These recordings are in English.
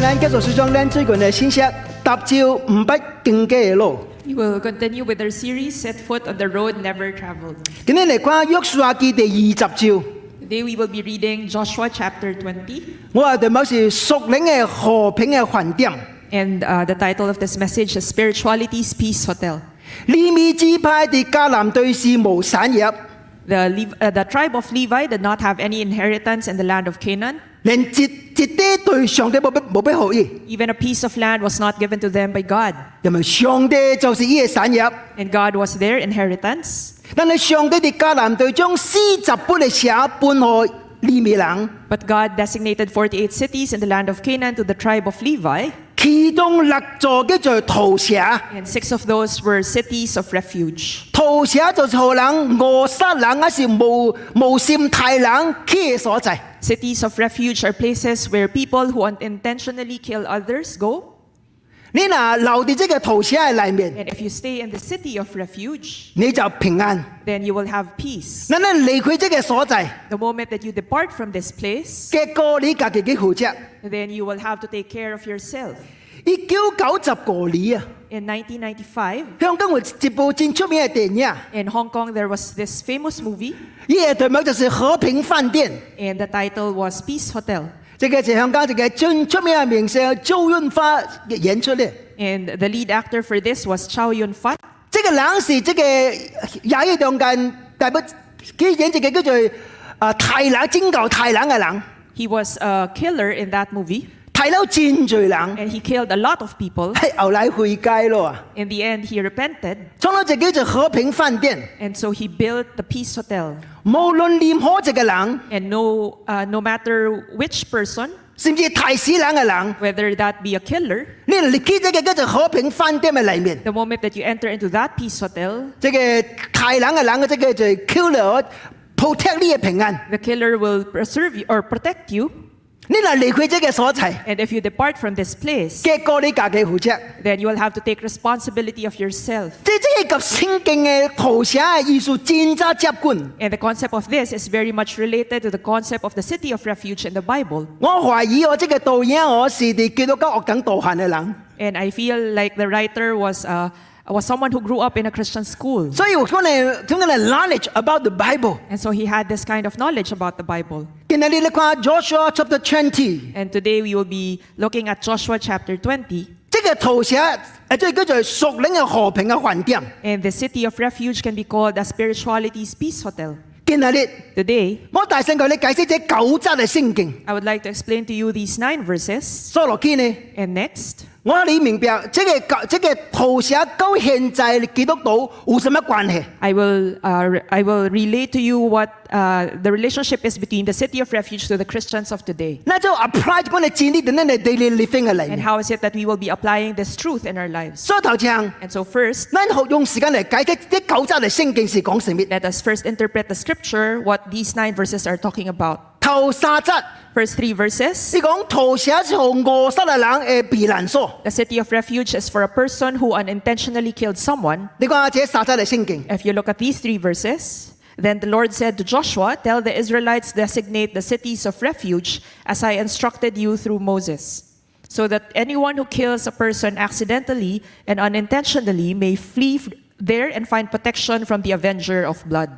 間繼續說將靚追群嘅先石，踏照唔不更嘅路。 We will continue with our series, Set Foot on the Road Never Traveled. 今日嚟看約書亞記第二十章， Today we will be reading Joshua chapter 20, 我話題目是屬靈嘅和平嘅環境。 and uh, the title of this message is Spirituality's Peace Hotel. 利未支派地迦南對是無產業， The, Lev- uh, the tribe of Levi did not have any inheritance in the land of Canaan. 連截截啲對上帝冇俾冇俾好意， Even a piece of land was not given to them by God. 因為上帝就是呢個產業。 And God was their inheritance. 但係上帝地迦南對將詩集本嚟寫半害利未人， But God designated 48 cities in the land of Canaan to the tribe of Levi, 其中六座嘅就係陶寫， and six of those were cities of refuge. 陶寫就是何人餓殺人，還是無無善太人嘅所在。 Cities of refuge are places where people who unintentionally kill others go. 你嗱留住這個陶寫喺裏面， And if you stay in the city of refuge, 你就平安。 then you will have peace. 嗱，你離開這個所在， The moment that you depart from this place, 嘅過你家己嘅負責， then you will have to take care of yourself. 一九九十過年啊， In 1995, 香港有一部真出名嘅電影， in Hong Kong, there was this famous movie, 伊嘅題目就是《和平飯店》。 and the title was Peace Hotel. 這個是香港一個最出名嘅明星周潤發嘅演出咧。 And the lead actor for this was Chow Yun Fat. 這個人是這個也一中間，大不佢演這個叫做啊太冷拯救太冷嘅人， He was a killer in that movie, 太冷戰罪人， and he killed a lot of people. 係後來回歸咯啊！ In the end, he repented, 創到自己做和平飯店， and so he built the Peace Hotel. 無論任何一個人， And no, uh, no matter which person, 甚至太死冷嘅人， whether that be a killer, 你嚟去這個叫做和平飯店嘅裏面， the moment that you enter into that peace hotel, 這個太冷嘅人嘅這個就 kill 了 protect 你嘅平安。 the killer will preserve you or protect you. 你嚟離開這個所在。 And if you depart from this place, 嘅過你家己負責。 then you will have to take responsibility of yourself. 即即係及聖經嘅圖寫嘅藝術戰爭接管。 And the concept of this is very much related to the concept of the city of refuge in the Bible. 我懷疑哦我即個導演，我是啲基督教學緊導行嘅人， And I feel like the writer was, uh, was someone who grew up in a Christian school. 所以我講你講你 knowledge about the Bible。 And so he had this kind of knowledge about the Bible. 今日你嚟看 Joshua chapter twenty， And today we will be looking at Joshua chapter 20. 即個圖寫誒呃即係叫做屬靈嘅和平嘅環境。 And the city of refuge can be called a spirituality's peace hotel. 今日你 Today, 我大聲同你解釋這九則嘅聖經。 I would like to explain to you these nine verses. 所落去呢， And next, 我你明白即個教即個圖寫跟現在基督徒有什麼關係？ I will, uh, re- I will relate to you what uh, the relationship is between the city of refuge to the Christians of today. 那就 apply 嗰個戰力等等嘅 daily living 嘅裏 And 面。 how is it that we will be applying this truth in our lives? 所以頭像， And so, first, 咱學用時間嚟解釋啲九則嘅聖經是講什麼？ let us first interpret the scripture, what these nine verses are talking about. 頭三則 First three verses 是講逃寫從餓死嘅人嘅避難所。 the city of refuge is for a person who unintentionally killed someone. 你講下這三則嘅聖經， If you look at these three verses, then the Lord said to Joshua, Tell the Israelites, designate the cities of refuge as I instructed you through Moses, so that anyone who kills a person accidentally and unintentionally may flee f- there and find protection from the avenger of blood.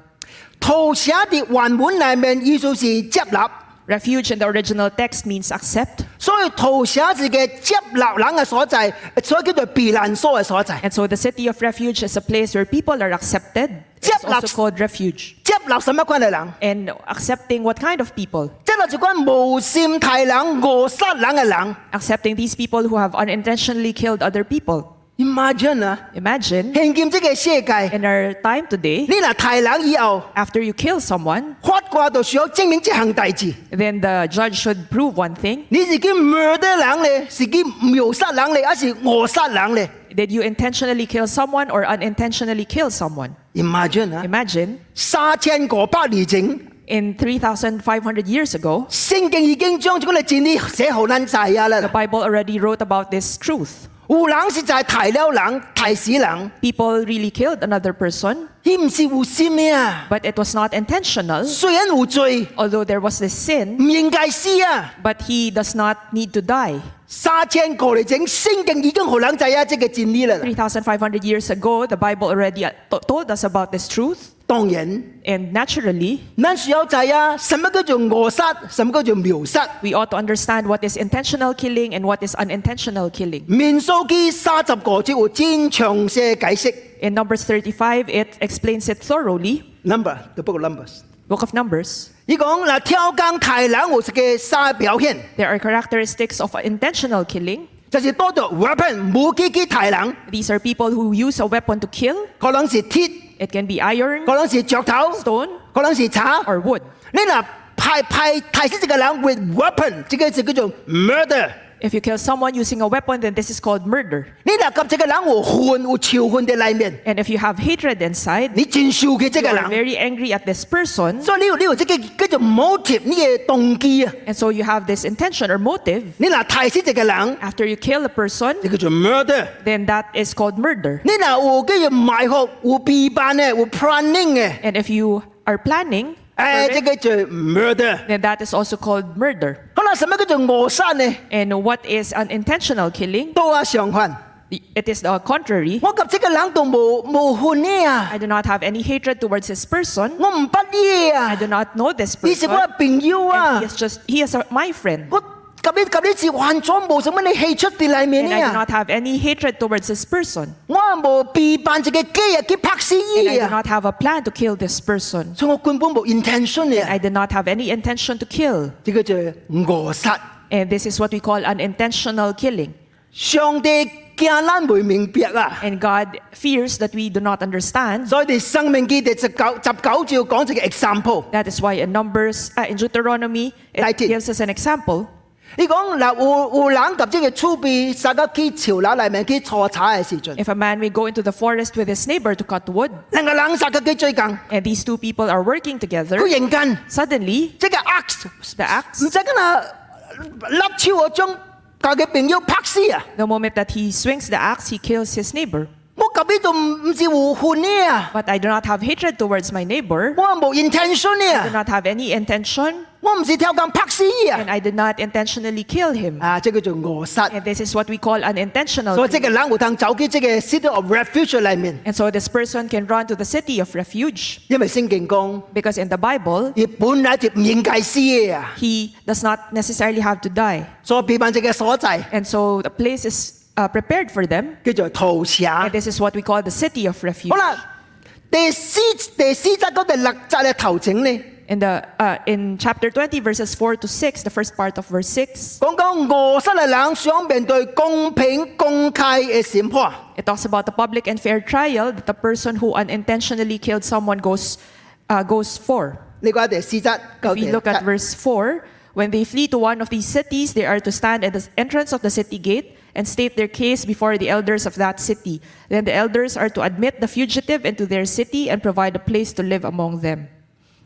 逃寫嘅原文裏面意思是接納， Refuge in the original text means accept, 所以逃寫是嘅接納人嘅所在，所以叫做避難所嘅所在。 and so the city of refuge is a place where people are accepted. It's Jeff also Laps- called refuge. 接納什麼關係人？ And accepting what kind of people? 接納就關無善太人、餓死人嘅人。 Accepting these people who have unintentionally killed other people. Imagine 啊！ Imagine 現今這個世界， in our time today, 你若太冷以後， after you kill someone, 法官就需要證明這項大事。 then the judge should prove one thing 你自己 murder 人咧，自己謀殺人咧，還是餓殺人咧 did you intentionally kill someone or unintentionally kill someone? ？Imagine 啊， Imagine, 三千個百年前， in 3,500 years ago, 聖經已經將這個嘅真理寫好難晒啊啦啊 the。Bible already wrote about this truth. 胡冷是就係提溜冷、提屎冷， People really killed another person, 佢唔是胡思咩啊？ but it was not intentional, 雖然胡罪， although there was this 唔 sin, 認界師啊！ but he does not need to die. 沙青過嚟整聖經已經好冷仔啊！即嘅戰呢啦， 3,500 years ago, the Bible already uh, to- told us about this truth, 當然。 and naturally, 那時有仔啊，什麼叫做餓殺，什麼叫做苗殺？ we ought to understand what is intentional killing and what is unintentional killing. 面書記三十個節會專詳些解釋 In Numbers 35, it explains it thoroughly. number，就不過 numbers。 Book of Numbers. 伊講嗱，挑更太冷我食嘅沙表現， There are characteristics of intentional killing. 就是多咗 weapon 武器嘅太冷， These are people who use a weapon to kill. 可能是鐵， It can be iron, 可能是鑿頭， stone, 可能是叉。 or wood. 你嗱派派提示這個人 with weapon，這個就叫做 murder。 If you kill someone using a weapon, then this is called murder. 你嗱及這個人有恨有仇恨嘅裏面， And if you have hatred inside, 你真受嘅這 you 個人，are very angry at this person, 所以你要你要這個叫做 motive 呢個動機啊。 and so you have this intention or motive. 你嗱提死一個人， After you kill a person, 你叫做 murder。 then that is called murder. 你嗱有嘅要埋伏，有避辦嘅，有 planning 嘅， And if you are planning, 誒， for 即 it, 個哎叫 murder。 then that is also called murder. 好啦，什麼叫做謀殺呢？ And what is unintentional killing? 都啊相反， It is the contrary. 我及即個人都冇冇恨你啊， I do not have any hatred towards this person. 我唔不你 I 啊， do not know this 你是 person. 我嘅朋友 and 啊 He，is just he is my friend. 我及你及你是完全冇什麼你氣出啲裡面 And I 呢 do 啊， not have any hatred towards this person. 我冇避辦一個機啊，佢拍死 And I 伊 do 啊， not have a plan to kill this person. 所以我根本冇 intention à? 嘅 I，did not have any intention to kill. 即個叫謀殺。 And this is what we call unintentional killing. 上帝驚咱未明白啊！ And God fears that we do not understand. 所以哋生命記第十九十九章講這個 example， That is why in Numbers, uh, in Deuteronomy, it 19. gives us an example. 你講嗱，胡胡冷及即個粗鄙，殺到佢潮流裏面佢錯查嘅時陣， If a man may go into the forest with his neighbor to cut wood, 能夠冷殺佢佢最近， and these two people are working 佢 together, 認緊 suddenly 即個 axe， the axe 唔使跟啊粒超我將佢嘅朋友拍死啊！ The moment that he swings the axe, he kills his neighbor. 我及呢度唔唔是胡混呢啊， But I do not have hatred towards my neighbor. 我冇 intention I do 呢啊， not have any intention, 我唔是跳緊拍死啊！ and I did not intentionally kill him. 啊，即叫做餓殺， And this is what we call unintentional. 所以即 killing. 個冷胡騰走去即個 city of refuge 裏面， And so this person can run to the city of refuge 因為聖經講， because in the Bible, 佢本來就唔應該死嘅啊。 he does not necessarily have to die. 所避難者嘅所在 And so the place is uh, prepared for them. 叫做逃舍。 And 好 this is what we call the city of refuge. 啦，第四第四則嗰第六則嘅頭整呢， In, the, uh, in chapter 20, verses 4 to 6, the first part of verse 6, 講講俄室嘅人想面對公平公開嘅審判， It talks about the public and fair trial that the person who unintentionally killed someone goes, uh, goes for. 呢個係第四則九 If 第 we 六 look at 則 verse 4, when they flee to one of these cities, they are to stand at the entrance of the city gate and state their case before the elders of that city. Then the elders are to admit the fugitive into their city and provide a place to live among them.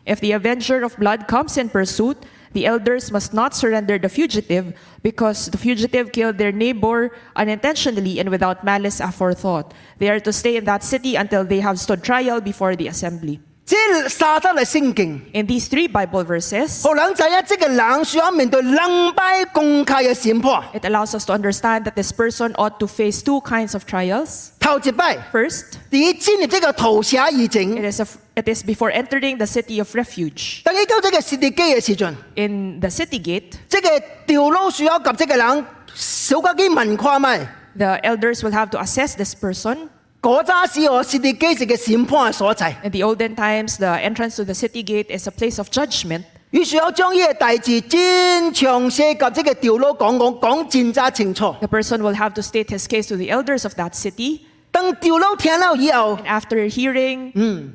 If the avenger of blood comes in pursuit, the elders must not surrender the fugitive because the fugitive killed their neighbor unintentionally and without malice aforethought. They are to stay in that city until they have stood trial before the assembly. 即沙則嘅聖經。 In these three Bible verses, 荷蘭仔一即嘅人想面對兩拜公開嘅審判， It allows us to understand that this person ought to face two kinds of trials. 頭一拜， First, 第一進入即個逃舍以整 it，is, a, it is before entering the city of refuge. 等佢到即個士地基嘅時陣， In the city gate, 即個掉老鼠友及即個人小家機問看咪。 the elders will have to assess this person. 嗰扎是我是地基石嘅審判嘅所在， In the olden times, the entrance to the city gate is a place of judgment. 於是我將呢個大字真詳細及即嘅調佬講講講戰爭清楚。 The person will have to state his case to the elders of that city. 等調佬聽了以啊後， And after hearing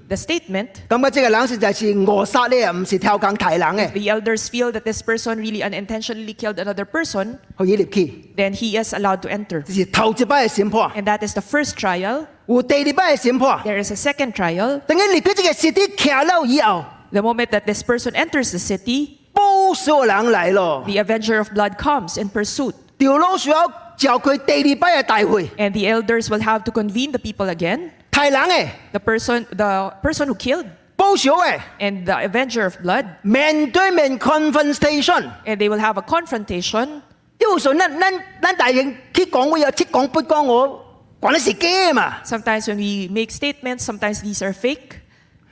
the statement, 感覺即個冷是就係餓殺呢，唔是跳更太冷嘅， the elders feel that this person really unintentionally killed another person, 可以入去。 then he is allowed to enter. 這是頭一擺嘅審判， And that is the first trial. 有第二擺嘅審判。 There is a second trial. 等佢入去即個石地騎了以後， The moment that this person enters the city, 報數人嚟咯， the avenger of blood comes in pursuit. 調佬鼠召佢第二班嘅大會。 And the elders will have to convene the people again. 太冷嘅， The person, the person who killed 保守嘅， and the avenger of blood, 面對面 confrontation。 and they will have a confrontation. 因為上咱咱咱大人去講我有即講不講我，講你是假嘛， Sometimes when we make statements, sometimes these are fake.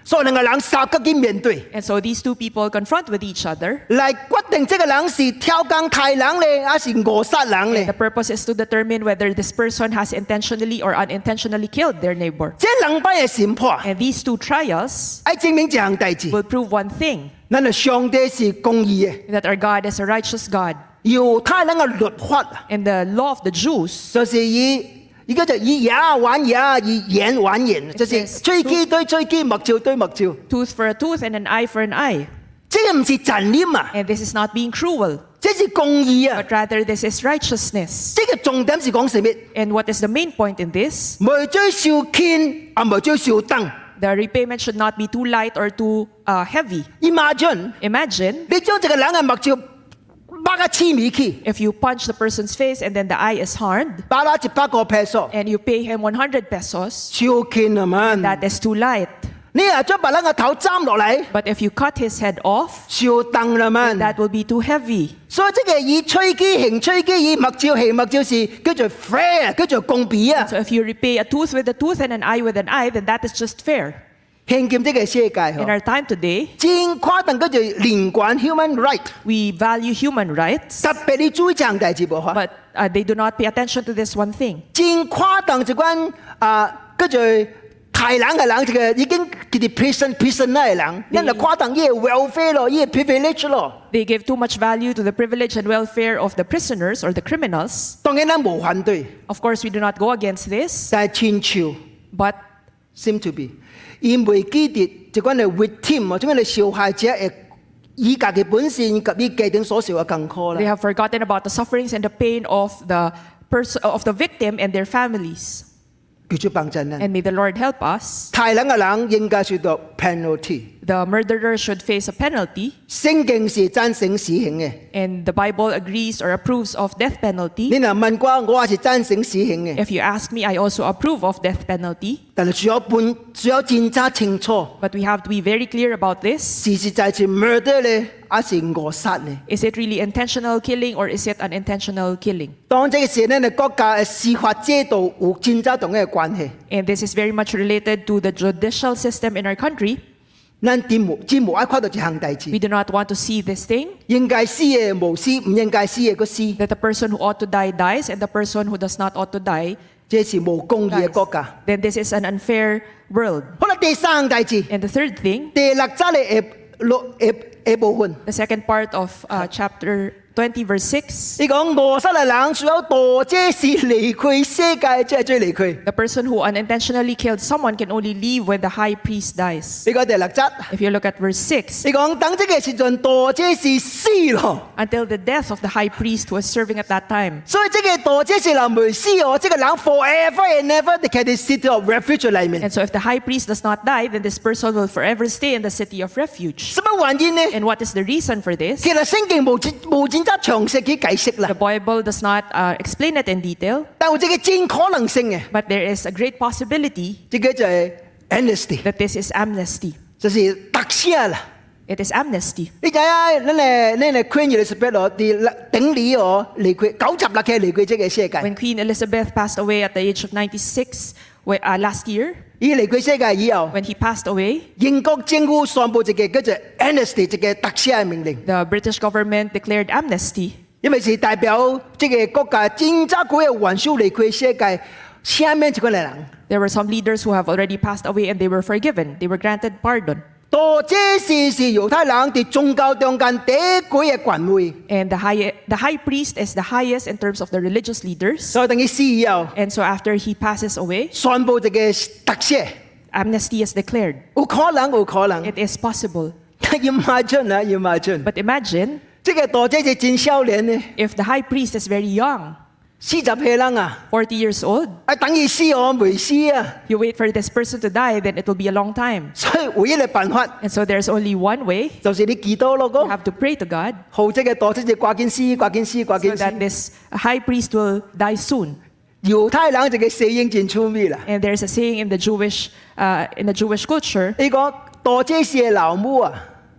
所以兩個人霎個去面對， And so these two people confront with each other. 嚟決定這個人是挑工太人咧，還是餓殺人 The 咧？ purpose is to determine whether this person has intentionally or unintentionally killed their neighbor. 這兩班嘅審判， And these two trials 要證明一項代志， will prove one thing 咱哋上帝是公義嘅， that our God is a righteous God. 猶太人嘅律法啊， And the law of the Jews 就是以。而家就以牙還牙，以眼還眼，就是 Yes. 追機對追機，目照對目照。 tooth for a tooth and an eye for an eye. 這個唔是殘忍啊， And this is not being cruel, 這是公義啊。 but rather this is righteousness. 這個重點是講什麼？ And what is the main point in this? 未追受牽，啊未追受燈。 The repayment should not be too light or too uh, heavy. Imagine， Imagine 你將這個人嘅目睭擘個黐米去， if you punch the person's face and then the eye is harmed 打打一百個 peso， and you pay him 100 pesos, 受牽啊嘛。 that is too light. 你又將別人嘅頭斬落嚟， But if you cut his head off, 受燈啦嘛。 that will be too heavy. 所以這個以吹機行吹機，以目睭行目睭是叫做 fair，叫做公平啊。 So if you repay a tooth with a tooth and an eye with an eye, then that is just fair. 現今這個世界 In 嗬， our time today, 真誇張叫做連貫 human right， we value human rights, 特別你注意這樣代志無法。 but uh, they do not pay attention to this one thing. 真誇張一款啊，叫做太人嘅人，一個已經佢哋 prison prison 那嘅人，咱就誇張伊嘅 welfare 咯，伊嘅 privilege 咯。 They give too much value to the privilege and welfare of the prisoners or the criminals. 當然咱無反對， Of course, we do not go against this, 但係親像 but seem to be，伊未記得一款嘅 victim 啊，即款嘅受害者嘅伊家嘅本身及伊家庭所受嘅艱苦 they 啦。 have forgotten about the sufferings and the pain of the pers- of the victim and their families. 叫做幫襯咱。 And may the Lord help us. 太人嘅人應該受到 penalty。 The murderer should face a penalty, 聖經是贊成死刑嘅， and the Bible agrees or approves of death 你 penalty. 若問我，我也是贊成死刑嘅。 If you ask me, I also approve of death penalty, 但係需要本需要真查清楚。 but we have to be very clear about this. 事實在是 murder 咧，還是誤殺呢？ Is it really intentional killing or is it unintentional killing? 當這個是咱的國家嘅司法制度有真正同嘅關係， And this is very much related to the judicial system in our country. 咱真無真無愛看到一項代 We 志， do not want to see this thing 應該死嘅無死，唔應該死嘅個死， that the person who ought to die dies and the person who does not ought to die 這是無公義嘅 dies. 國家。 Then this is an unfair world. 好啦，第三項代志， And the third thing, 第六章嘅下六下下部分， the second part of uh, chapter 20, verse 6, 伊講誤殺嘅人需要多這是離開世界，即係最離開。 the person who unintentionally killed someone can only leave when the high priest dies. 你講第六章， If you look at verse 6, 伊講等這個時陣多這是死咯。 until the death of the high priest who was serving at that time. 所以这个大姐是人未死哦，这个人 forever and ever 你 can sit of refuge 里面。 And so if the high priest does not die, then this person will forever stay in the city of refuge. 什么原因呢？ And what is the reason for this? 其實聖經無真無真則詳細去解釋啦 The，Bible does not uh, explain it in detail, 但有這個真可能性嘅， but there is a great possibility 這個就係 amnesty， that this is amnesty. 就是特赦啦。 It is amnesty. 你知啊，咱嘅咱嘅 Queen Elizabeth 哦，啲頂禮哦離開九十六嘅離開這個世界， When Queen Elizabeth passed away at the age of 96 we- uh, last year, 伊離開世界以後， when he passed away, 英國政府宣布一個叫做 amnesty 一個特赦嘅命令， the British government declared amnesty 因為是代表這個國家真早久嘅元首離開世界，下面一個人。 There were some leaders who have already passed away and they were forgiven. They were granted pardon. 多这事是猶太人在宗教中間第一嘅權威， And the high, the high priest is the highest in terms of the religious leaders. 所以等佢死以後， And so after he passes away, 宣布一個特赦， amnesty is declared. 有可能有可能。 It is possible. 要買進啊，要買進。 But imagine 這個多這是真少年呢， if the high priest is very young, 所四十歲人啊， 40 years old. 啊等佢死我未死啊， You wait for this person to die, then it will be a long time. 所以唯一嘅辦法 And so there's only one way. 就是你祈禱咯， You 嗰 have to pray to God 好即嘅代即就掛件詩，掛件詩，掛 so 件 that 詩。 this high priest will die soon. 猶太人就嘅死應前出面啦， And there's a saying in the Jewish, uh, in the Jewish culture, 呢個代即是嘅老母啊，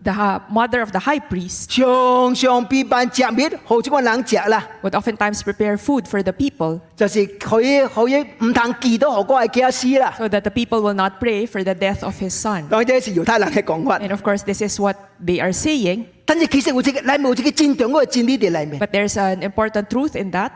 the uh, mother of the high priest 常常被辦食物，好即個人食啦， would oftentimes prepare food for the people 就是佢可以唔通祈禱，何過係驚死啦。 so that the people will not pray for the death of his son. 當然呢是猶太人嘅講法， And of course, this is what they are saying, 但係其實有隻你冇隻嘅戰場嗰個戰呢啲裡面。 but there's an important truth in that.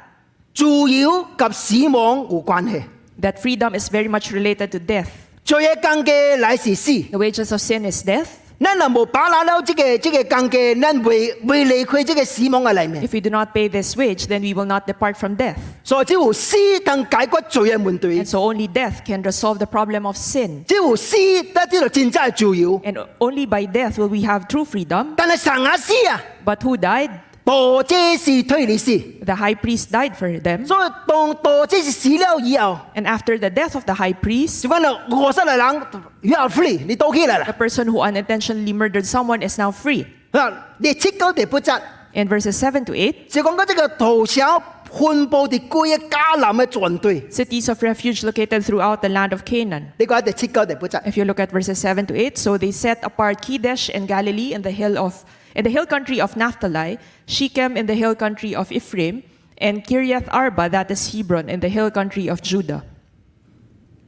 主要及死亡有關係。 That freedom is very much related to death. 最一更嘅乃是死， The wages of sin is death. 咱若無把握了這個這個更嘅，咱未未離開這個死亡嘅裡面。 If we do not pay this wage, then we will not depart from death. 所以只有死能解決罪嘅問題 And，so only death can resolve the problem of sin. 只有死得知道真正嘅自由。 And only by death will we have true freedom. 但係神啊死啊， But who died? 多者是推理死， The high priest died for them. 所以當多者是死了以後， And after the death of the high priest, 就講到餓死嘅人，you are free，你倒起來 the 啦。 person who unintentionally murdered someone is now free. 嗱，你切高地不質， In verses 7 to 8, 就講到這個屠殺分佈的各一迦南嘅團隊， cities of refuge located throughout the land of Canaan. 你講一定切高地不質。 If you look at verses 7 to 8, so they set apart Kedesh and Galilee in the hill of in the hill country of Naphtali, Shechem in the hill country of Ephraim, and Kiriath Arba, that is Hebron, in the hill country of Judah.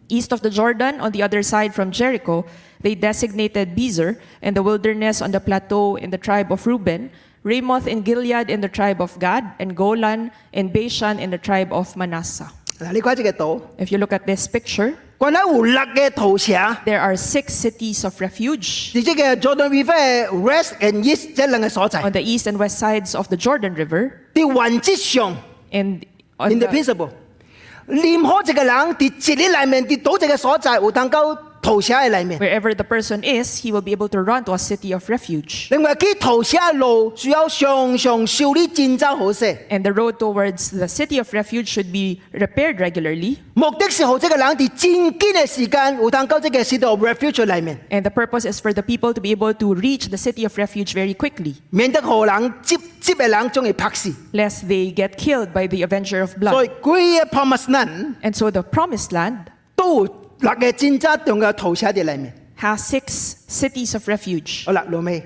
East of the Jordan, on the other side from Jericho, they designated Bezer and the wilderness on the plateau in the tribe of Reuben, Ramoth in Gilead in the tribe of Gad, and Golan and Bashan in the tribe of Manasseh. 嗱，你睇呢個島， If you look at this picture, 關喺胡勒嘅屠城， there are six cities of refuge. 是即個 Jordan River 嘅 West and East 這兩個所在。 on the east and west sides of the Jordan River 啲原則上 and on ，in the the, principle，任何一個人喺這裡裡面，喺島這個所在，有能夠屠城嘅裡面。 wherever the person is, he will be able to run to a city of refuge. 另外，佢屠城嘅路需要常常修理戰爭好些， And the road towards the city of refuge should be repaired regularly. 目的是好這個人喺戰堅嘅時間，有能夠這個 city of refuge 裡面， And the purpose is for the people to be able to reach the city of refuge very quickly, 免得何人接接嘅人將佢拍死。 lest they get killed by the avenger of 所以 blood. 佢嘅 promise 人 And so the promised land 都有勒嘅戰爭同嘅屠城嘅裡面。 has six cities of refuge. 好啦，老尾，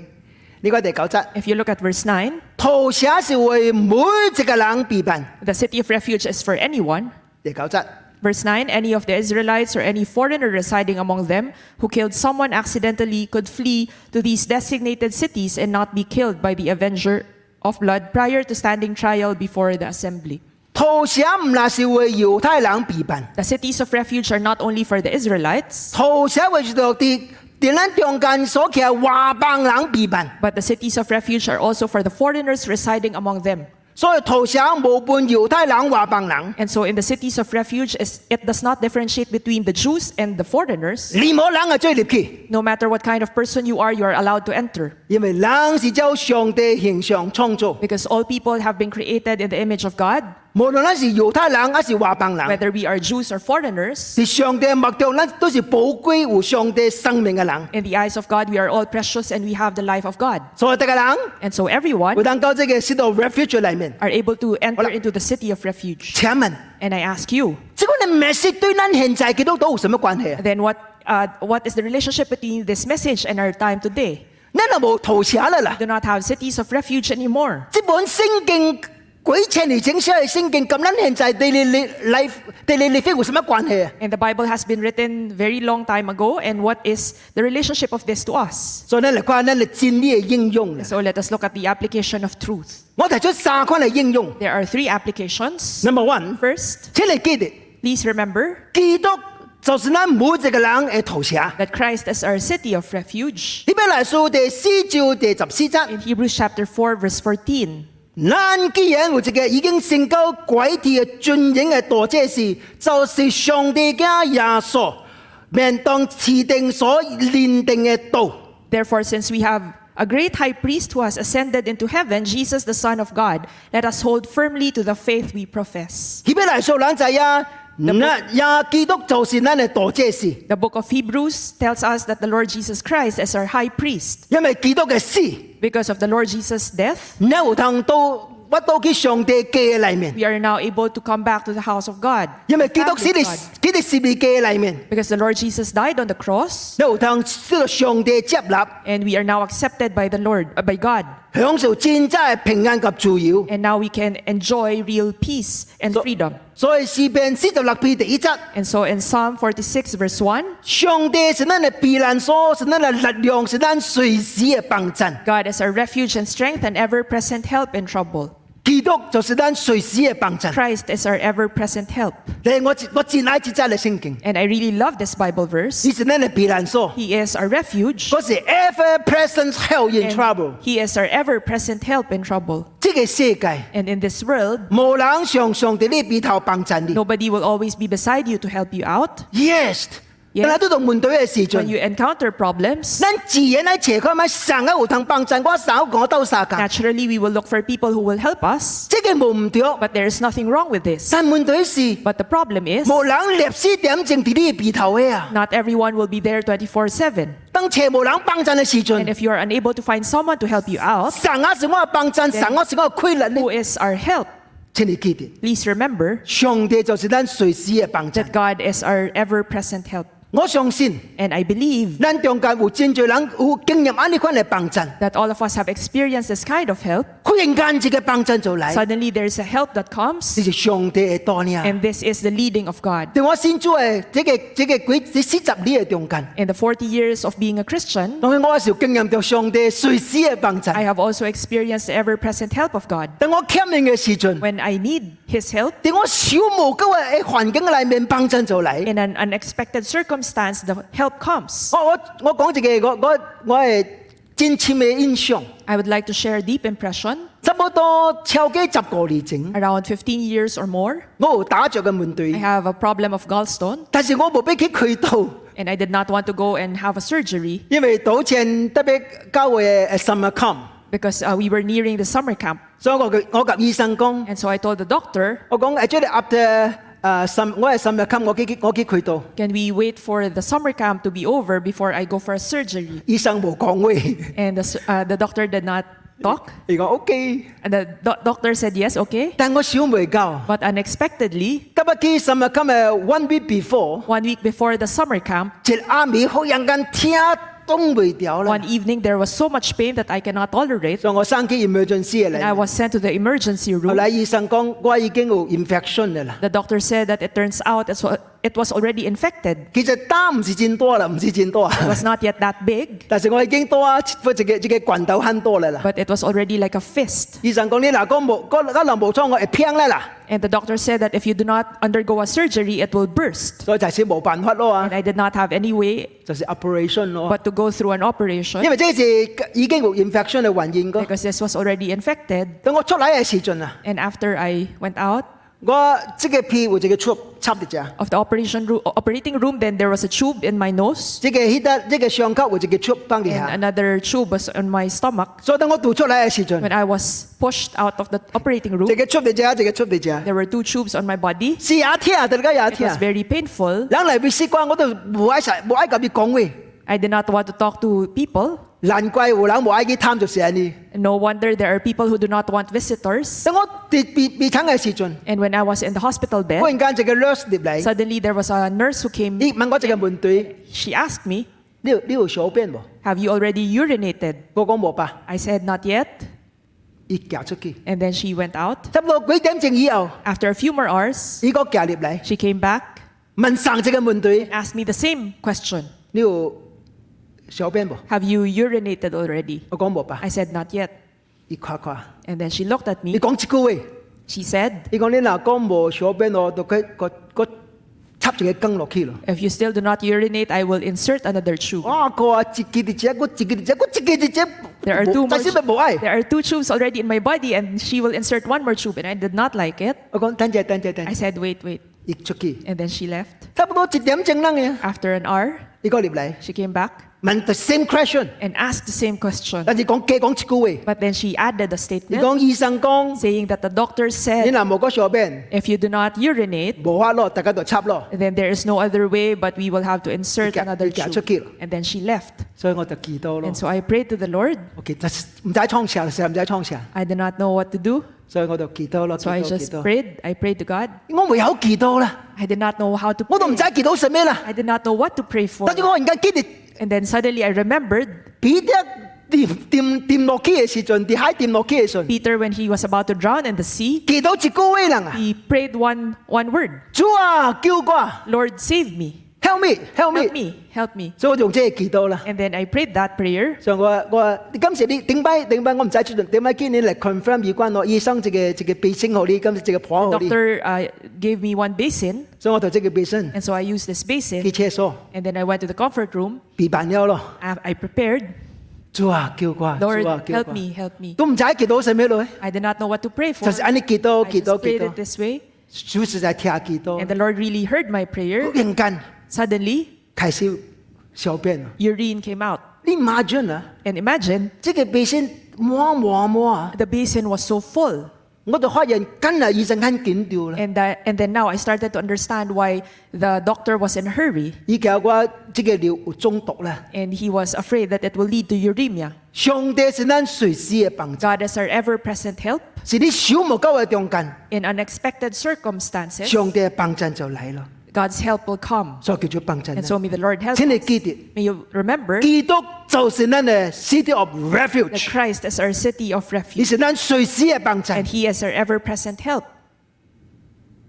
呢個第九則， If you look at verse 9, 屠城是為每一個人備辦。 the city of refuge is for anyone, 第九則， Verse 9 Any of the Israelites or any foreigner residing among them who killed someone accidentally could flee to these designated cities and not be killed by the avenger of blood prior to standing trial before the assembly. 屠城唔那是為猶太人備辦， The cities of refuge are not only for the Israelites, 屠城為著啲啲咱中間所嘅華邦人備辦， but the cities of refuge are also for the foreigners residing among them. 所以屠城無分猶太人華邦人， And so in the cities of refuge, is- it does not differentiate between the Jews and the foreigners. 任何人係追入去， No matter what kind of person you are, you are allowed to enter 因為人是照上帝形象創造， because all people have been created in the image of God. 無論咱是猶太人還是華邦人， whether we are Jews or foreigners, 是上帝的目中，咱都是寶貴有上帝生命嘅人， in the eyes of God, we are all precious and we have the life of God. 所以大家人 And so 會 everyone 能夠這個使到 refuge 裡面。 are able to enter Wala. into the city of refuge. 請問， And I ask you, 這個的 message 對咱現在基督徒有什麼關係啊？ then what, uh, what is the relationship between this message and our time today? 咱就無圖寫啦啦 We。do not have cities of refuge anymore. 這本聖經幾千年整寫嘅聖經，咁咱現在對你你 life 對你 life 有什麼關係啊？ And the Bible has been written very long time ago. And what is the relationship of this to us? 所以咱嚟看咱嘅真理嘅應用啦。 So let us look at the application of truth. 我提出三款嘅應用。 There are three applications. Number one， First, 請你記住， please remember 基督就是咱每一個人嘅圖寫。 that Christ is our city of refuge. 希伯來書第四章第十四節， In Hebrews chapter 4, verse 14, 咱既然有一個已經升高軌地嘅尊榮嘅大祭司，就是上帝家耶穌，便當持定所認定嘅道。 therefore, since we have A great high priest who has ascended into heaven, Jesus the Son of God, let us hold firmly to the faith we profess. 希伯來書兩仔啊，唔啦，也基督就是咱嘅大祭司， The book of Hebrews tells us that the Lord Jesus Christ is our high priest. 因為基督嘅死， Because of the Lord Jesus' death, 你有通到屈到去上帝嘅裏面， we are now able to come back to the house of God. 因為 the 基督 family 死你 of God. 喺你十字嘅裏面， Because the Lord Jesus died on the cross, 你有通得到上帝接納， and we are now accepted by the Lord, uh, by God, 享受真真嘅平安及自由。 and now we can enjoy real peace and So- freedom. 所以詩篇四十六篇第一節， And so in Psalm 46, verse 1, 上帝是咱嘅避難所，是咱嘅力量，是咱隨時嘅幫襯。 God is our refuge and strength and ever present help in trouble. 基督就是咱隨時嘅幫襯。 Christ is our ever present help. 你我我真愛一節嘅聖經， And I really love this Bible verse. 你是咱嘅避難所。 He is our refuge. 嗰時 ever present help in and trouble， He is our ever present help in trouble. 即個世界 And in this world, 無人像上帝呢邊頭幫襯你。 nobody will always be beside you to help you out. Yes， Yes 但係都同面對嘅時 When 陣， you encounter problems, 咱自然喺斜開咪神喺有通幫襯，我手我兜沙架， naturally we will look for people who will help us. 即個冇唔對。 But there is nothing wrong with this. 哦但面對是 But the problem is, 無人立時點正佇呢邊頭嘅啊。 not everyone will be there 24 7. 當斜無人幫襯嘅時 And 陣， if you are unable to find someone to help you out, 神我啊是我嘅幫襯，神我啊是我嘅規律 who 呢。 is our help? 請你記住， Please remember 上帝就是咱隨時嘅幫襯 that。God is our ever present help. 我相信， And I believe 咱中間有真濟人有經驗安呢款嘅幫襯。 that all of us have experienced this kind of help. 忽然間，自己幫襯就嚟， Suddenly there is a help that comes, 呢是上帝嘅多呢。 and this is the leading of God. 在我先做嘅這個這個幾這四十年嘅中間， In the 40 years of being a Christian, 當我有時候經驗到上帝隨時嘅幫 I 襯。 have also experienced the ever present help of God. 當我欠命嘅時陣， When I need His help 在我小無高嘅環境裏面幫襯就嚟。 in an unexpected circumstance, the help comes. 我我哦我講一個我我我係真深嘅印象， I would like to share a deep impression. 差不多超過十個年前， Around 15 years or more, 我有打著嘅門 I 對， have a problem of gallstone, 但是我冇俾佢開刀， and I did not want to go and have a surgery. 因為賭錢特別交嘅誒呃 summer camp， because uh, we were nearing the summer camp. 所以我佢我及醫生講。 And so I told the doctor, 我講誒，即係 after 誒十，我係十日級，我幾我幾佢到， Can we wait for the summer camp to be over before I go for a surgery? 醫生冇講 喂， And the, s- uh, the doctor did not talk. 佢講 OK， And the do- doctor said, Yes, okay. 但我小未夠， But unexpectedly, 今日幾十日級誒 one week before， one week before the summer camp, 一暗暝忽然間聽擋袂掉啦 one，evening e- there was so much pain that I cannot tolerate. 所以我生機 emergency 嚟 And I，was sent to the emergency 後 room. 來醫生講我已經有 infection 嘅啦。 The doctor said that it turns out it's wa- it was already infected. 其實膽唔是真多啦，唔是真多，啊 It was not yet that big, 但是我已經多啊，一個一個一個拳頭很多啦啦。 but it was already like a fist. 醫生講你嗱講冇，嗰嗰兩無瘡我會偏啦啦， And the doctor said that if you do not undergo a surgery, it will burst. 所以就係冇辦法咯啊 and，I did not have any way 就是 operation 咯。 but to go through an 因 operation 為即是已經有 infection 嘅原因個。 because this was already infected. 等我出嚟嘅時陣啊， And after I went out 我即個屁有一個出插入啫， of the operation room, operating room, then there was a tube in my nose 即個迄搭即個上口有一個出放入 and 下。 another tube was on my stomach. 所以等我吐出嚟嘅時陣， When I was pushed out of the operating 一 room, 個出入啫，一個出入啫。 there were two tubes on my body. 是也聽，大家也 It 聽 was。very painful. 啊人嚟未試過，我都無愛曬，無愛甲你講話。 I did not want to talk to people. 難怪有人無愛去探就是安尼。 No wonder there are people who do not want visitors. 等我跌被被診嘅時陣， And when I was in the hospital 忽 bed, 然間一個 nurse 入嚟， suddenly there was a nurse who came. 伊問我一個問題： She asked me, 你有你有小便無？ Have you already urinated? 我講無吧。 I said, Not yet. 伊行出去， And then she went out. 差唔多幾點鐘以後， After a few more hours, 伊個行入嚟。 she came back, 問上這個問題， asked me the same question 你有小便無？ Have you urinated already? 我講無吧 I。said, Not yet. 伊看看， And then she looked at 伊 me. 講一句話， She said, 伊講你若講無小便哦，就佢個個插一個羹落去咯。 If you still do not urinate, I will insert another tube. 我個一個一隻，我一個一隻，我一個一隻， There are two 無 more. 但是咪無愛。 There are two tubes already in my body, and she will insert one more tube, and I did not like it. 我講等陣等陣等 I 陣， said, Wait, wait. 伊出去， And then she left. 差不多一點鐘啦嘅， After an hour, 伊伊個入嚟， She came back 問 the same question， and asked the same question. 但是講嘅講一句話， But then she added a 你 statement 講醫生講， saying that the doctor 你 said, 嗱冇嗰小便， if you do not urinate, 無法咯，大家就插咯， then there is no other way, but we will have to insert Ika- another ika- tube. chukil. And then she left. 所以我就祈禱咯 And。so I prayed to the Lord. OK，就唔使創傷，成日唔使創傷， I did not know what to do. 所以我就祈禱咯，祈 So 禱 I 祈 just 禱。 prayed. I prayed to God. 我唯有祈禱啦， I did not know how to 我都唔 pray. 使祈禱食咩啦。 I did not know what to pray for. 但係我忽然間記得。 And then suddenly I remembered 彼得掂掂掂落去嘅時陣，跌海掂落去嘅時陣， Peter when he was about to drown in the sea. 祈禱一個位人啊！ He prayed one, one word 主啊，救我啊 Lord, save me. ！Help me，Help Help me！ me. Help me. 所以我用即係祈禱啦。 And then I prayed that prayer. 所以我話我話你今時你點解點解我唔使出動？點解今年嚟 confirm 有關我醫生這個這個鼻聲好啲，今時這個破好啲？ Doctor uh, gave me one basin. 所以我就這個鼻聲 And so I used this 去 basin. 廁所 And then I went to the comfort room. 鼻扮休咯。 I, I prepared. 主啊，救我！主 Lord, 啊，救 help 我！ me, help me. 都唔使祈禱使咩咯？ I did not know what to pray 就 for. 是按你祈 I 禱祈 just 禱祈 prayed it 禱， this way. 主實在聽祈禱。And the Lord really heard my prayer. 忽然間 Suddenly, 開始小便啦， urine came out. 你馬俊啊！ And imagine, 即係鼻先摸摸摸啊！ the basin was so full. 我就發現跟啊醫生很緊張啦。 And, that, and then now I started to understand why the doctor was in a hurry. 依家我即個尿有中毒啦。 And he was afraid that it will lead to uremia. 上帝是咱隨時嘅幫助， God is our ever present help 是你小無夠嘅中間， in unexpected circumstances. 上帝嘅幫助就嚟咯， God's help will come. 所以叫做幫助啦 And。so may the Lord help 請你 us. 記住， May you remember 基督就是咱嘅 city of that refuge， Christ is our city of 你 refuge 是咱隨時嘅幫助， and he is our ever present help.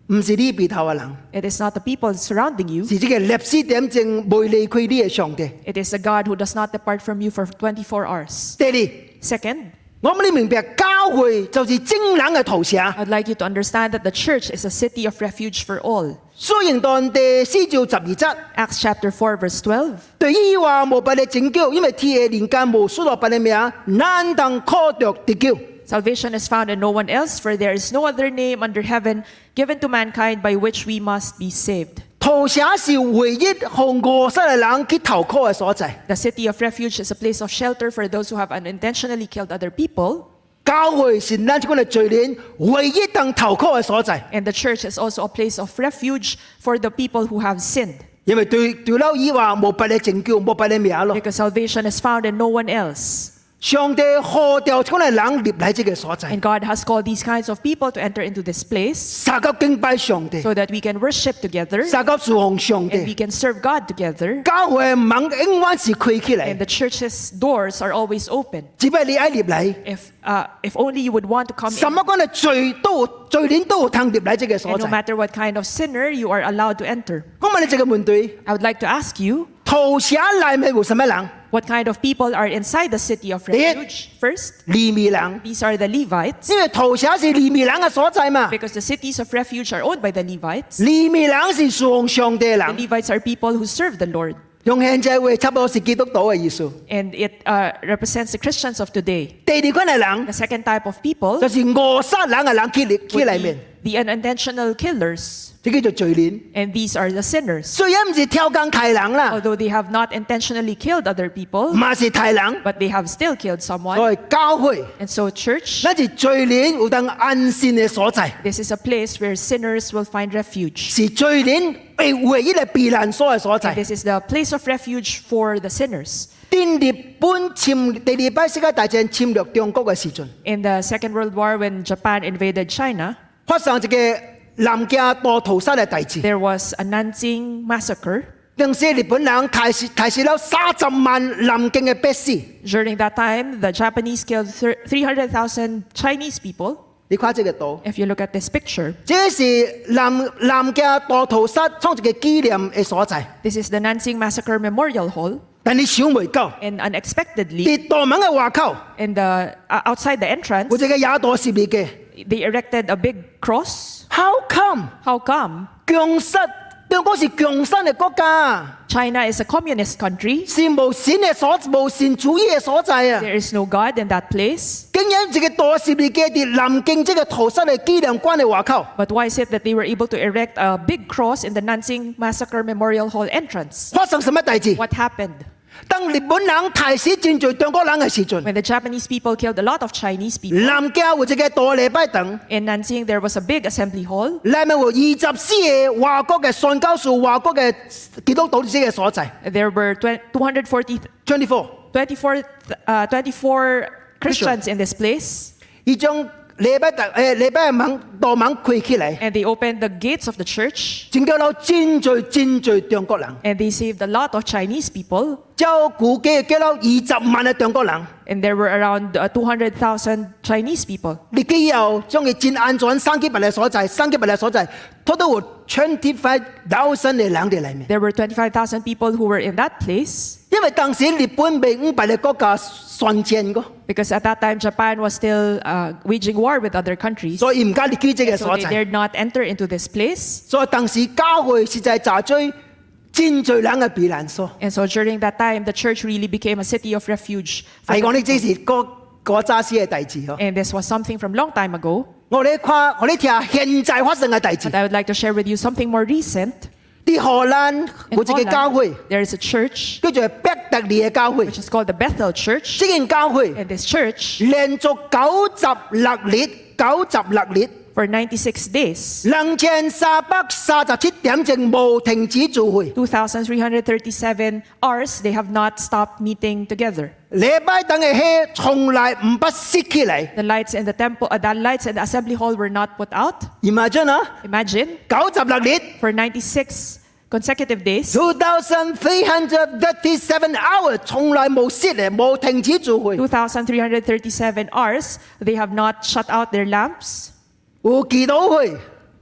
唔是你鼻頭嘅人， It is not the people surrounding you, 是即個歷史點正未離開你嘅上帝。 it is a God who does not depart from you for 24 hours. 第二， Second, 我哋明白教會就是精冷嘅圖像。 I'd like you to understand that the church is a city of refuge for all. 雖然當第四照十二則， Acts chapter 4, verse 12. 對於話無把你拯救，因為天嘅連間無數落把你名，難當靠着得救。 Salvation is found in no one else, for there is no other name under heaven given to mankind by which we must be saved. 屠城是唯一向餓死嘅人去投靠嘅所在。 The city of refuge is a place of shelter for those who have unintentionally killed other people, 教會是咱呢個罪人唯一當投靠嘅所在， and the church is also a place of refuge for the people who have sinned, 因為對對老以話無把你拯救，無把你名咯。 because salvation is found in no one else. 上帝呼召出嚟人入嚟呢個所在， And God has called these kinds of people to enter into this place 撒到敬拜上帝， so that we can worship together 撒到侍奉上 and we 帝。 can serve God together. 教會嘅門永遠是開起 And 嚟， the church's doors are always open. 只不過你愛入嚟。 If, uh, if only you would want to come 什 in 麼講嘅罪都罪人都通入嚟這個所 And no 在。 matter what kind of sinner you are allowed to enter. 我問你這個問題： I would like to ask you, 逃城內面有什麼人？ what kind of people are inside the city of They- refuge? First, 利未人， these are the Levites, 因為逃城是利未人嘅所在嘛。 because the cities of refuge are owned by the Levites. 利未人是屬上帝嘅 The 人， Levites are people who serve the Lord, 用現在話差不多是基督徒嘅意思。 and it uh, represents the Christians of today. 第二群嘅人 The second type of people 就是餓殺人嘅人，去嚟去 would 裡 be 面， the unintentional killers, 這叫做罪人。 and these are the sinners. 雖然唔是挑工ฆ่人啦， Although they have not intentionally killed other people, 嘛是殺人， but they have still killed someone. 所以教會， And so, church, 那是罪人有當安心嘅所在， this is a place where sinners will find refuge. 是罪人被唯一嘅避難所嘅所在 And。this is the place of refuge for the sinners. 當日本侵第二擺世界大戰侵略中國嘅時陣， In the Second World War, when Japan invaded China, 發生一個南京大屠殺嘅大事， there was a Nanjing massacre. 當時日本人提示提示了三十萬南京嘅百姓。 During that time, the Japanese killed thir- 300,000 Chinese people. 你看這個圖， If you look at this picture, 這是南南京大屠殺創一個紀念嘅所在。 this is the Nanjing Massacre Memorial Hall. 但你想未到， And unexpectedly, 喺大門嘅外口 in the uh, outside the entrance, 有一個野多十字架。 they erected a big cross. How come How come? 強殺到疆嗰是強身嘅國家，啊 China is a communist country. 是無善嘅所無善主義嘅所在啊！ There is no God in that place. 竟然一個大事業嘅啲南京即個屠殺嘅紀念館嘅外口， But why is it that they were able to erect a big cross in the Nanjing Massacre Memorial Hall entrance? 發生什麼大事？ What happened? 當日本人大使戰在中國人嘅時陣， When the Japanese people killed a lot of Chinese people, 南京有一個大禮拜堂， in Nanjing there was a big assembly hall. 內面有二十四個外國嘅宣教士、外國嘅基督徒即個所在。 There were 20 240 twenty four， 24, uh, 24 Christians in this place, 伊將禮拜堂誒禮拜嘅門大門開起來， and they opened the gates of the church, 拯救了真濟真濟中國人。 and they saved a lot of Chinese people. 就估計叫到二十萬嘅中國人， And there were around uh, 200,000 Chinese people. 你幾後將佢戰安全三幾百嘅所在，三幾百嘅所在，拖到我 twenty five thousand 嘅人哋裡面。 There were 25,000 people who were in that place 因為當時日本被五百嘅國家宣戰個， because at that time Japan was still uh, waging war with other countries. 所以唔敢你記者嘅 So 所在。they dared not enter into this place. 所以當時教會實在查追真罪人嘅避難所。 And so during that time, the church really became a city of refuge. 係講呢，這是嗰嗰扎事嘅大事哦。 And this was something from long time ago. 我哋看，我哋聽現在發生嘅大事 But。I would like to share with you something more recent. 啲荷蘭 In 有一個 Holland, 教會， there is a church 叫做伯特利嘅教會。 which is called the Bethel Church. 呢間教會。 And this church, liên tục 96 liệt, 96 liệt, for 96 days, 2337 điểm trình vô đình chỉ trụ hội. 2,337 hours, they have not stopped meeting together. Lễ bái tặng ngày hè, không lại không bắt xích khi lại. The lights in the temple, uh, the lights in the assembly hall were not put out. Imagine á, Imagine 96 liệt, for 96 consecutive days, 2337 hours, không lại vô xích lại, vô đình chỉ trụ hội. 2,337 hours, they have not shut out their lamps. Vô kỳ đổ hội,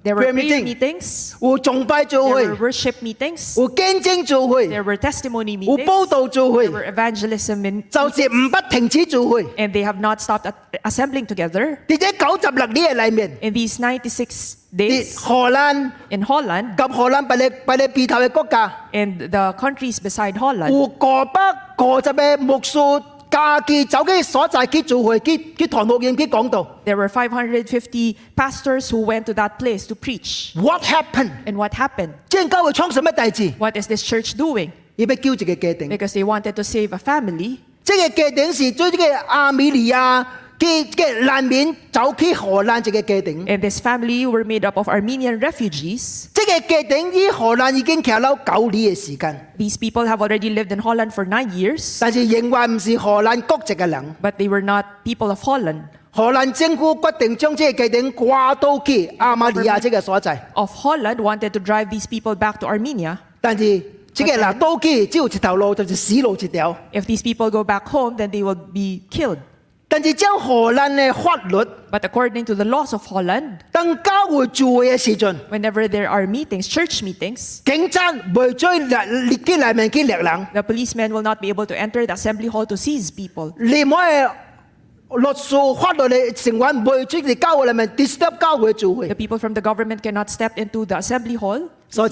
There were prayer prayer meeting, meetings, vô trọng bái trụ there hội, were worship meetings, vô kiến chứng trụ hội, there were testimony vô meetings, báo đạo trụ hội, there were evangelism, in, 就是唔不停止聚會。 and they have not stopped at- assembling together. 而且96年嘅裏面， In these 96啲 days 荷蘭 in Holland 及荷蘭伯利伯利被頭嘅國家， and the countries beside Holland, 有過百個十嘅牧師家己走去所在去聚會，去去堂木宴去講道。 there were 550 pastors who went to that place to preach. What happened？ And what happened? 正教會創什麼大事？ What is this church doing? 要要叫一個家庭。 Because they wanted to save a family. 這個家庭是做呢個亞美尼亞嘅嘅難民走去荷蘭一個家庭。 And this family were made up of Armenian refugees. 這個家庭喺荷蘭已經徛咗九年嘅時間， These people have already lived in Holland for nine years, 但是仍然唔是荷蘭國籍嘅人。 but they were not people of Holland. 荷蘭政府決定將這個家庭掛到去亞美尼亞這個所在。 Of Holland wanted to drive these people back to Armenia. 但是即個嗱刀機只有一條路，就是死路一條。 If these people go back home, then they will be killed. 但是將荷蘭嘅法律， But according to the laws of Holland, 當教會聚會嘅時陣， whenever there are meetings, church meetings, 警察袂再入入去內面去掠人， the policemen will not be able to enter the assembly hall to seize people. 另外嘅律師法律嘅成員袂出嚟教會內面 disturb 教會聚 The 會， people from the government cannot step into the assembly hall. 所以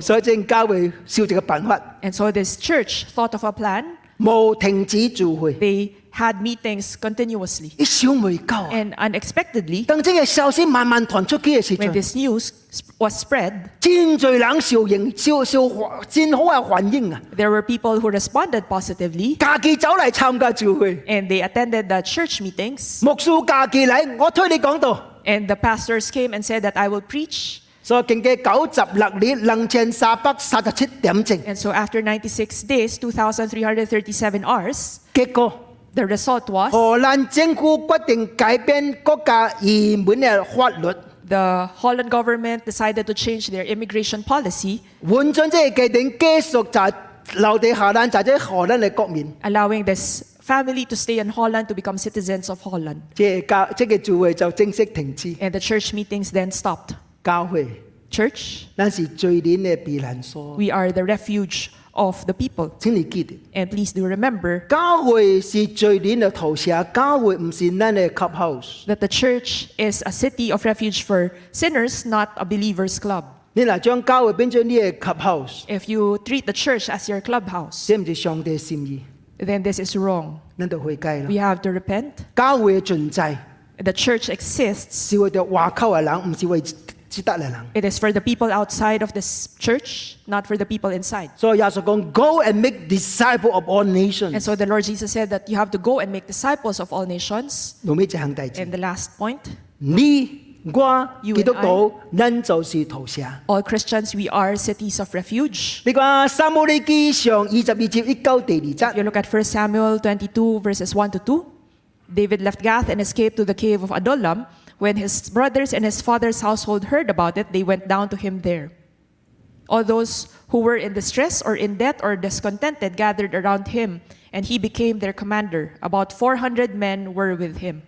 正 所以正教會想一個辦法， And so this church thought of a plan. 冇停止聚會。 They had meetings continuously. 一想袂到啊！ And unexpectedly, 當這個消息慢慢傳出去嘅時 when 陣， this news sp- was spread, 真濟人受應，受受真好嘅反應啊！ there were people who responded positively 家己走嚟參加聚會。 and they attended the church meetings. 牧師假期嚟，我推你講道， And the pastors came and said that I will preach. 所以經過九十六年兩千三百三十七點正， And so after 96 days, 2,337 hours, 結果 the result was 荷蘭政府決定改變國家移民嘅法律， the Holland government decided to change their immigration policy, 換進即係決定繼續在留地荷蘭，在即荷蘭嘅國民。 allowing this family to stay in Holland to become citizens of Holland. 即係教即係聚會就正式停止。 And the church meetings then stopped. 教會， Church, 那是最年嘅避難所。 we are the refuge of the people. 請你記得， And please do remember 教會是最年嘅投射，教會唔是咱嘅 clubhouse。 that the church is a city of refuge for sinners, not a believer's club. 你嗱將教會變咗呢個 clubhouse， If you treat the church as your clubhouse, 知唔知上帝嘅善意？ then this is wrong. 呢度去計啦 We。have to repent. 教會嘅盡制 The church exists. 是為咗話溝係冷，唔是為只得嚟冷。 It is for the people outside of this church, not for the people inside. 所以耶穌講：Go and make disciple of all And nations。 so the Lord Jesus said that you have to go and make disciples of all nations. 老尾就行第字， And the last point 你我 You 基督 and I 徒，恁就是徒舍。 all Christians, we are cities of refuge. 你講撒母利記上二十二節一九第二 If you 節， look at 1 Samuel 22, verses 1 to 2, David left Gath and escaped to the cave of Adullam. When his brothers and his father's household heard about it, they went down to him there. All those who were in distress or in debt or discontented gathered around him, and he became their commander. About 400 men were with him.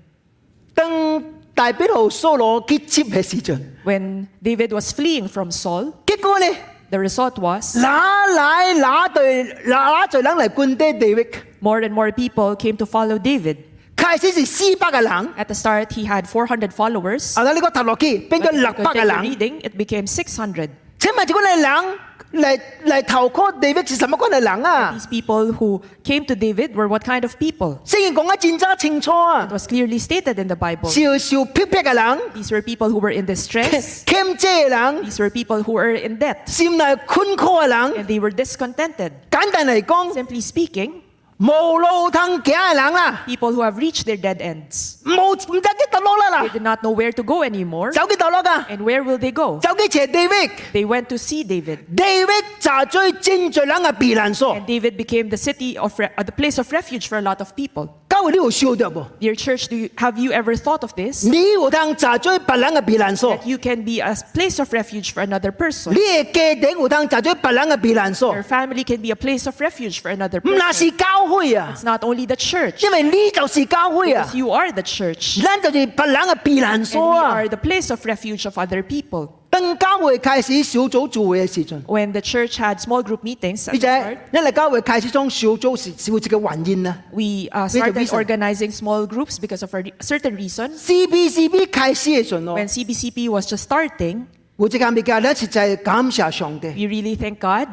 當大比路掃羅結接嘅時陣， When David was fleeing from Saul, 結果呢？ the result was 哪奶哪隊哪哪隊人嚟灌低地域？ more and more people came to follow David. 開始是四百個人，後 At the start, he had 400 followers. 來呢個塔落基變咗 But if you 六百個 continue 人。 reading, it became 600. 請問如果你人嚟嚟投靠地域是什麼關係人啊？ These people who came to David were what kind of people? 聖經講得戰爭清楚 It 啊， was clearly stated in the Bible. 少少撇撇嘅人， These were people who were in distress. 欠借嘅人， These were people who were in debt. 心內困苦嘅人。 And they were discontented. 簡單嚟講， Simply speaking, 無路通行嘅人啦， people who have reached their dead ends. 冇唔得幾特落啦 They 啦， did not know where to go anymore. 走幾特落噶， And where will they go? 走幾斜地域， They went to see David. 地域就最正罪人嘅避難所 And。David became the city of re- uh, the place of refuge for a lot of people. 教會呢度笑得噃， Dear church, do you, have you ever thought of this? 你有通就最別人嘅避難所 that，you can be a place of refuge for another person. 你嘅家庭有通就最別人嘅避難所 Your，family can be a place of refuge for another 唔那 person. 是教會啊。 It's not only the church, 因为呢就是教会啊 because，you are the church. 咱就是别人嘅避难 And we 所啊 are。the place of refuge of other people. 当教会开始小组聚会嘅时阵， When the church had small group meetings, at 而 the 且 start, 因为教会开始将小组是小组嘅混宴啊 we uh, started reason. organizing small groups because of a re- certain reason. ，CBCB 开始嘅阵咯 When，CBCP was just starting, 我即间咪教咧，实在感谢上帝。 we really thank God.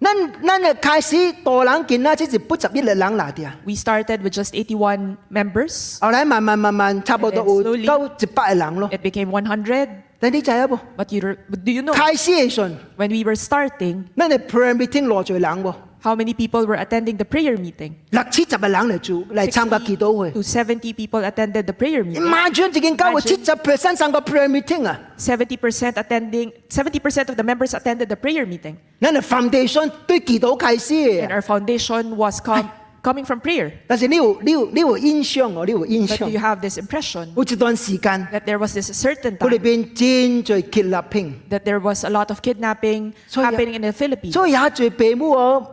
咱咱嘅开始大人见啦，只是八十一个人嚟啲啊， We started with just 81 members. 后来慢慢慢慢差不多 And 有 then 到 slowly- 一百个人咯。 It became 100. 但你知啊不？ But you re- do you know, 开始嘅阵， when we were starting, 咱嘅 prayer meeting 落咗人喎， how many people were attending the prayer meeting? 六七十个人嚟做嚟参加60祈禱會。 to 70 people attended the prayer meeting. 萬張自件教會七十 percent 上個 prayer meeting 啊， 70% attending, 70% of the members attended the prayer meeting. 咱係 foundation 對祈禱開始 And 嘅， our foundation was com- coming from prayer. 但是你有你有你有印象哦，你有印 But 象 do，you have this impression 有一段時間， that there was this certain 佢哋 time 變真最 kidnapping， that there was a lot of kidnapping So yeah. happening in the Philippines? 所以也最父母哦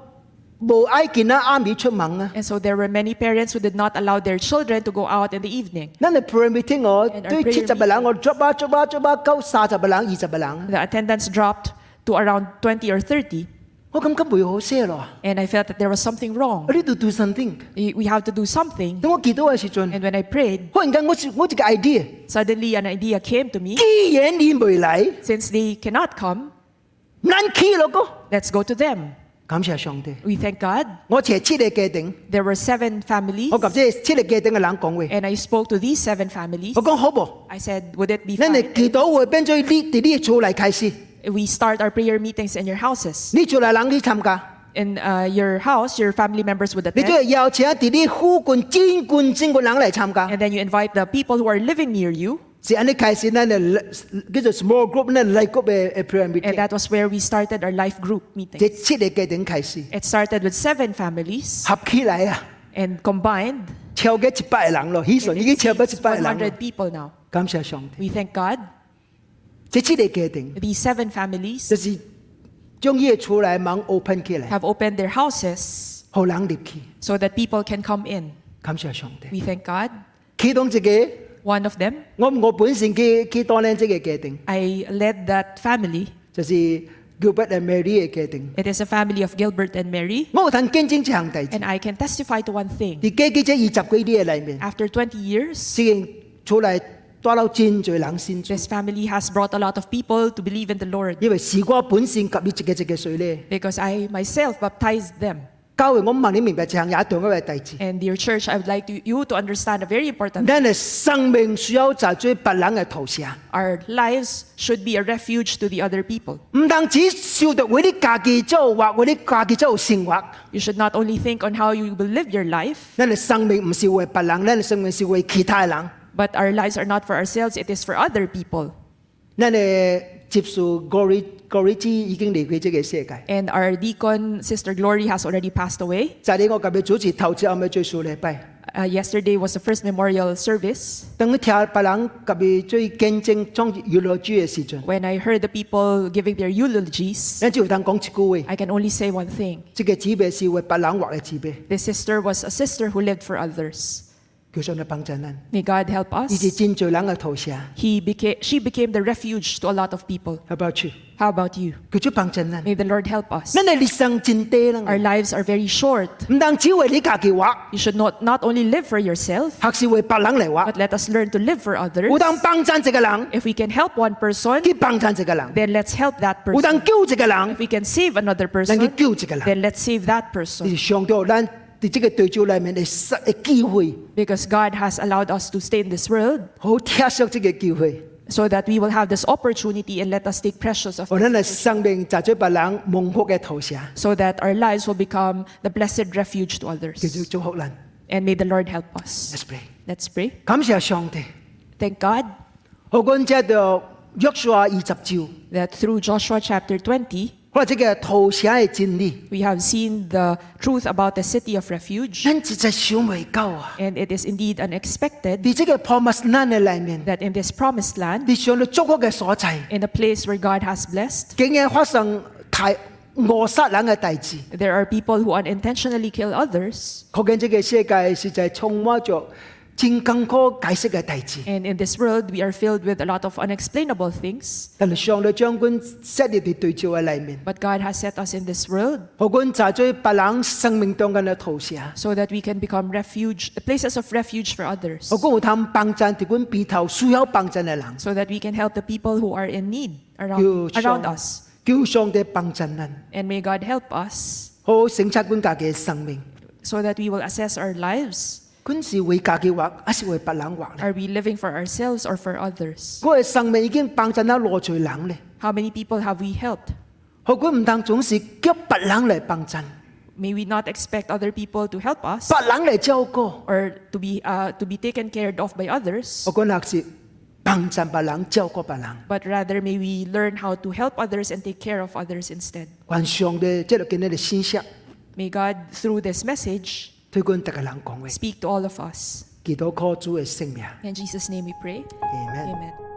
無愛見啊阿美出門啊， And so there were many parents who did not allow their children to go out in the evening. 咱係 prayer meeting 哦 And our，對 prayer 七十個人我 drop 啊 drop 啊 drop 啊，到三十個人二十個人， The attendance dropped to around 20 or 30. 我感覺袂好些咯， And I felt that there was something wrong. 我呢度 do something， We we have to do something. 等我祈禱嘅時陣， And when I prayed, 忽然間我我一個 idea， suddenly an idea came to me. 既然你未嚟， Since they cannot come, 咱去咯個。 let's go to them. 感謝上帝， We thank God. 我斜七個家庭， There were seven families, 我及即係七個家庭嘅人講話， and I spoke to these seven families. 我講好噃， I said, Would it be 咱 fine? 哋祈禱會變咗呢啲啲厝嚟開始， We start our prayer meetings in your houses. 呢厝嚟人去參加， In uh, your house, your family members would 你 attend, 就係邀請啲啲富冠、真冠、真冠人嚟參加， and then you invite the people who are living near you. 是咁樣開始咱嘅叫做 small group 咧 light group 嘅嘅 prayer And meeting， that was where we started our life group meeting. 即七個家庭開始， It started with seven families, 合起嚟啊， and combined, 超過一百個人咯，起上已經超過一百個人咯100，people now. 感謝上帝， We thank God. 即七個家庭 These seven families 就是將呢個厝嚟網 open 起嚟， have opened their houses 好人入去， so that people can come in. 感謝上帝。 We thank God. 启动自己， One of them, 我我本身去去當呢即個家庭， I led that family. 就是 Gilbert and Mary 嘅家庭。 It is a family of Gilbert and Mary. 我有睇見證這項代志， And I can testify to one thing. 而家記者二十幾啲嘅裏面， After 20 years, 雖然出嚟多嬲戰罪冷先做， This family has brought a lot of people to believe in the Lord 以為時過本善及以直嘅直嘅水咧。 because I myself baptized them. 教會我望你明白，就行也一樣一位弟子。 And dear church, I would like to, you to understand a very important 咱嘅生命需要就係最白冷嘅投射， our lives should be a refuge to the other people. 唔單止笑到我啲家己做或我啲家己做生活， You should not only think on how you will live your life, 咱嘅生命唔是為白冷，咱嘅生命是為其他人， but our lives are not for ourselves, it is for other people. 咱嘅接受 glory glory 之已經離開呢個世界。 And our deacon, Sister Glory, has already passed away. 就係我今日主持頭次後尾最數禮拜， Uh, yesterday was the first memorial service. 當我聽白冷今日最見證裝搖落主嘅時陣， When I heard the people giving their eulogies, 咱就當講一句話， I can only say one thing. 即個慈悲是為白冷畫嘅慈悲， This sister was a sister who lived for others. 叫上嚟幫助咱， May God help 以至 us. 真最冷嘅投射。 He became, she became the refuge to a lot of people. How about you？ How about you? 佢做幫襯啦。 May the Lord help us. 咱嘅人生真低啦， Our lives are very short. 唔單止為你家己畫， You should not, not only live for yourself, 學是為白冷嚟畫。 but let us learn to live for others. 有當幫襯一個人， If we can help one person, 去幫襯一個人； then let's help that 有 person. 當救一個人 If，we can save another 咱 person, 去救一個人。 then let's save that 你 person 上到咱喺這個對照裏面嘅失嘅機會， because God has allowed us to stay in this world 好珍惜這個機會。 so that we will have this opportunity and let us take precious of 我 it 哋嘅哦生命就做白冷蒙福嘅投射， so that our lives will become the blessed refuge to 叫做 others. 祝福人。 And may the Lord help us. Let's pray。 Let's pray. 感謝上帝， Thank God 我感謝到約書亞二十招， that through Joshua chapter 20, 我哋嘅投射嘅真理， we have seen the truth about the city of refuge. 咱直接想未夠啊！ And it is indeed unexpected 喺這個 promise land 嘅裏面， that in this promised land, 你上到祝福嘅所在。 in a place where God has blessed, 竟然發生太惡殺人嘅大事， there are people who unintentionally kill others. 可見這個世界實在充滿着真更可解釋嘅大事。 And in this world, we are filled with a lot of unexplainable things. 但係上帝將軍設立嘅對照嘅裏面， But God has set us in this world 何管查在別人生命當中嘅投射， so that we can become refuge, places of refuge for others, 何管有談幫助啲管被頭需要幫助嘅人， so that we can help the people who are in need You around, around shall- us. 叫上帝幫助人， And may God help us 好省察管家己嘅生命。 so that we will assess our lives. 管是為家己活，還是為別人活呢？ Are we living for ourselves or for others? 我嘅生命已經幫助咗羅罪人咧， How many people have we helped? 何管唔當總是叫別人嚟幫助， May we not expect other people to help us 別人嚟照顧。 or to be, uh, to be taken care of by others, 我講那是幫助別人、照顧別人， but rather may we learn how to help others and take care of others instead. 願上帝即係今日嘅信息， May God, through this message, 推廣大家人講話， speak to all of us. 祈禱靠主嘅聖名。 In Jesus' name we pray. Amen. Amen.